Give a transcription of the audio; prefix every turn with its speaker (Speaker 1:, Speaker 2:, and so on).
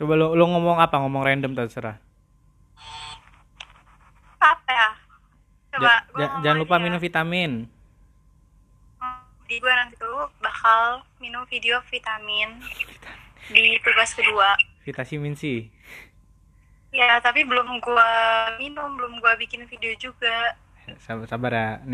Speaker 1: Coba lo lo ngomong apa? Ngomong random terserah.
Speaker 2: apa ya coba
Speaker 1: Ja- ja- jangan lupa minum vitamin.
Speaker 2: Hmm, di gue nanti tuh bakal minum video vitamin di tugas kedua
Speaker 1: Vitamin C.
Speaker 2: ya tapi belum gua minum belum gua bikin video juga
Speaker 1: Sabar, sabar ya.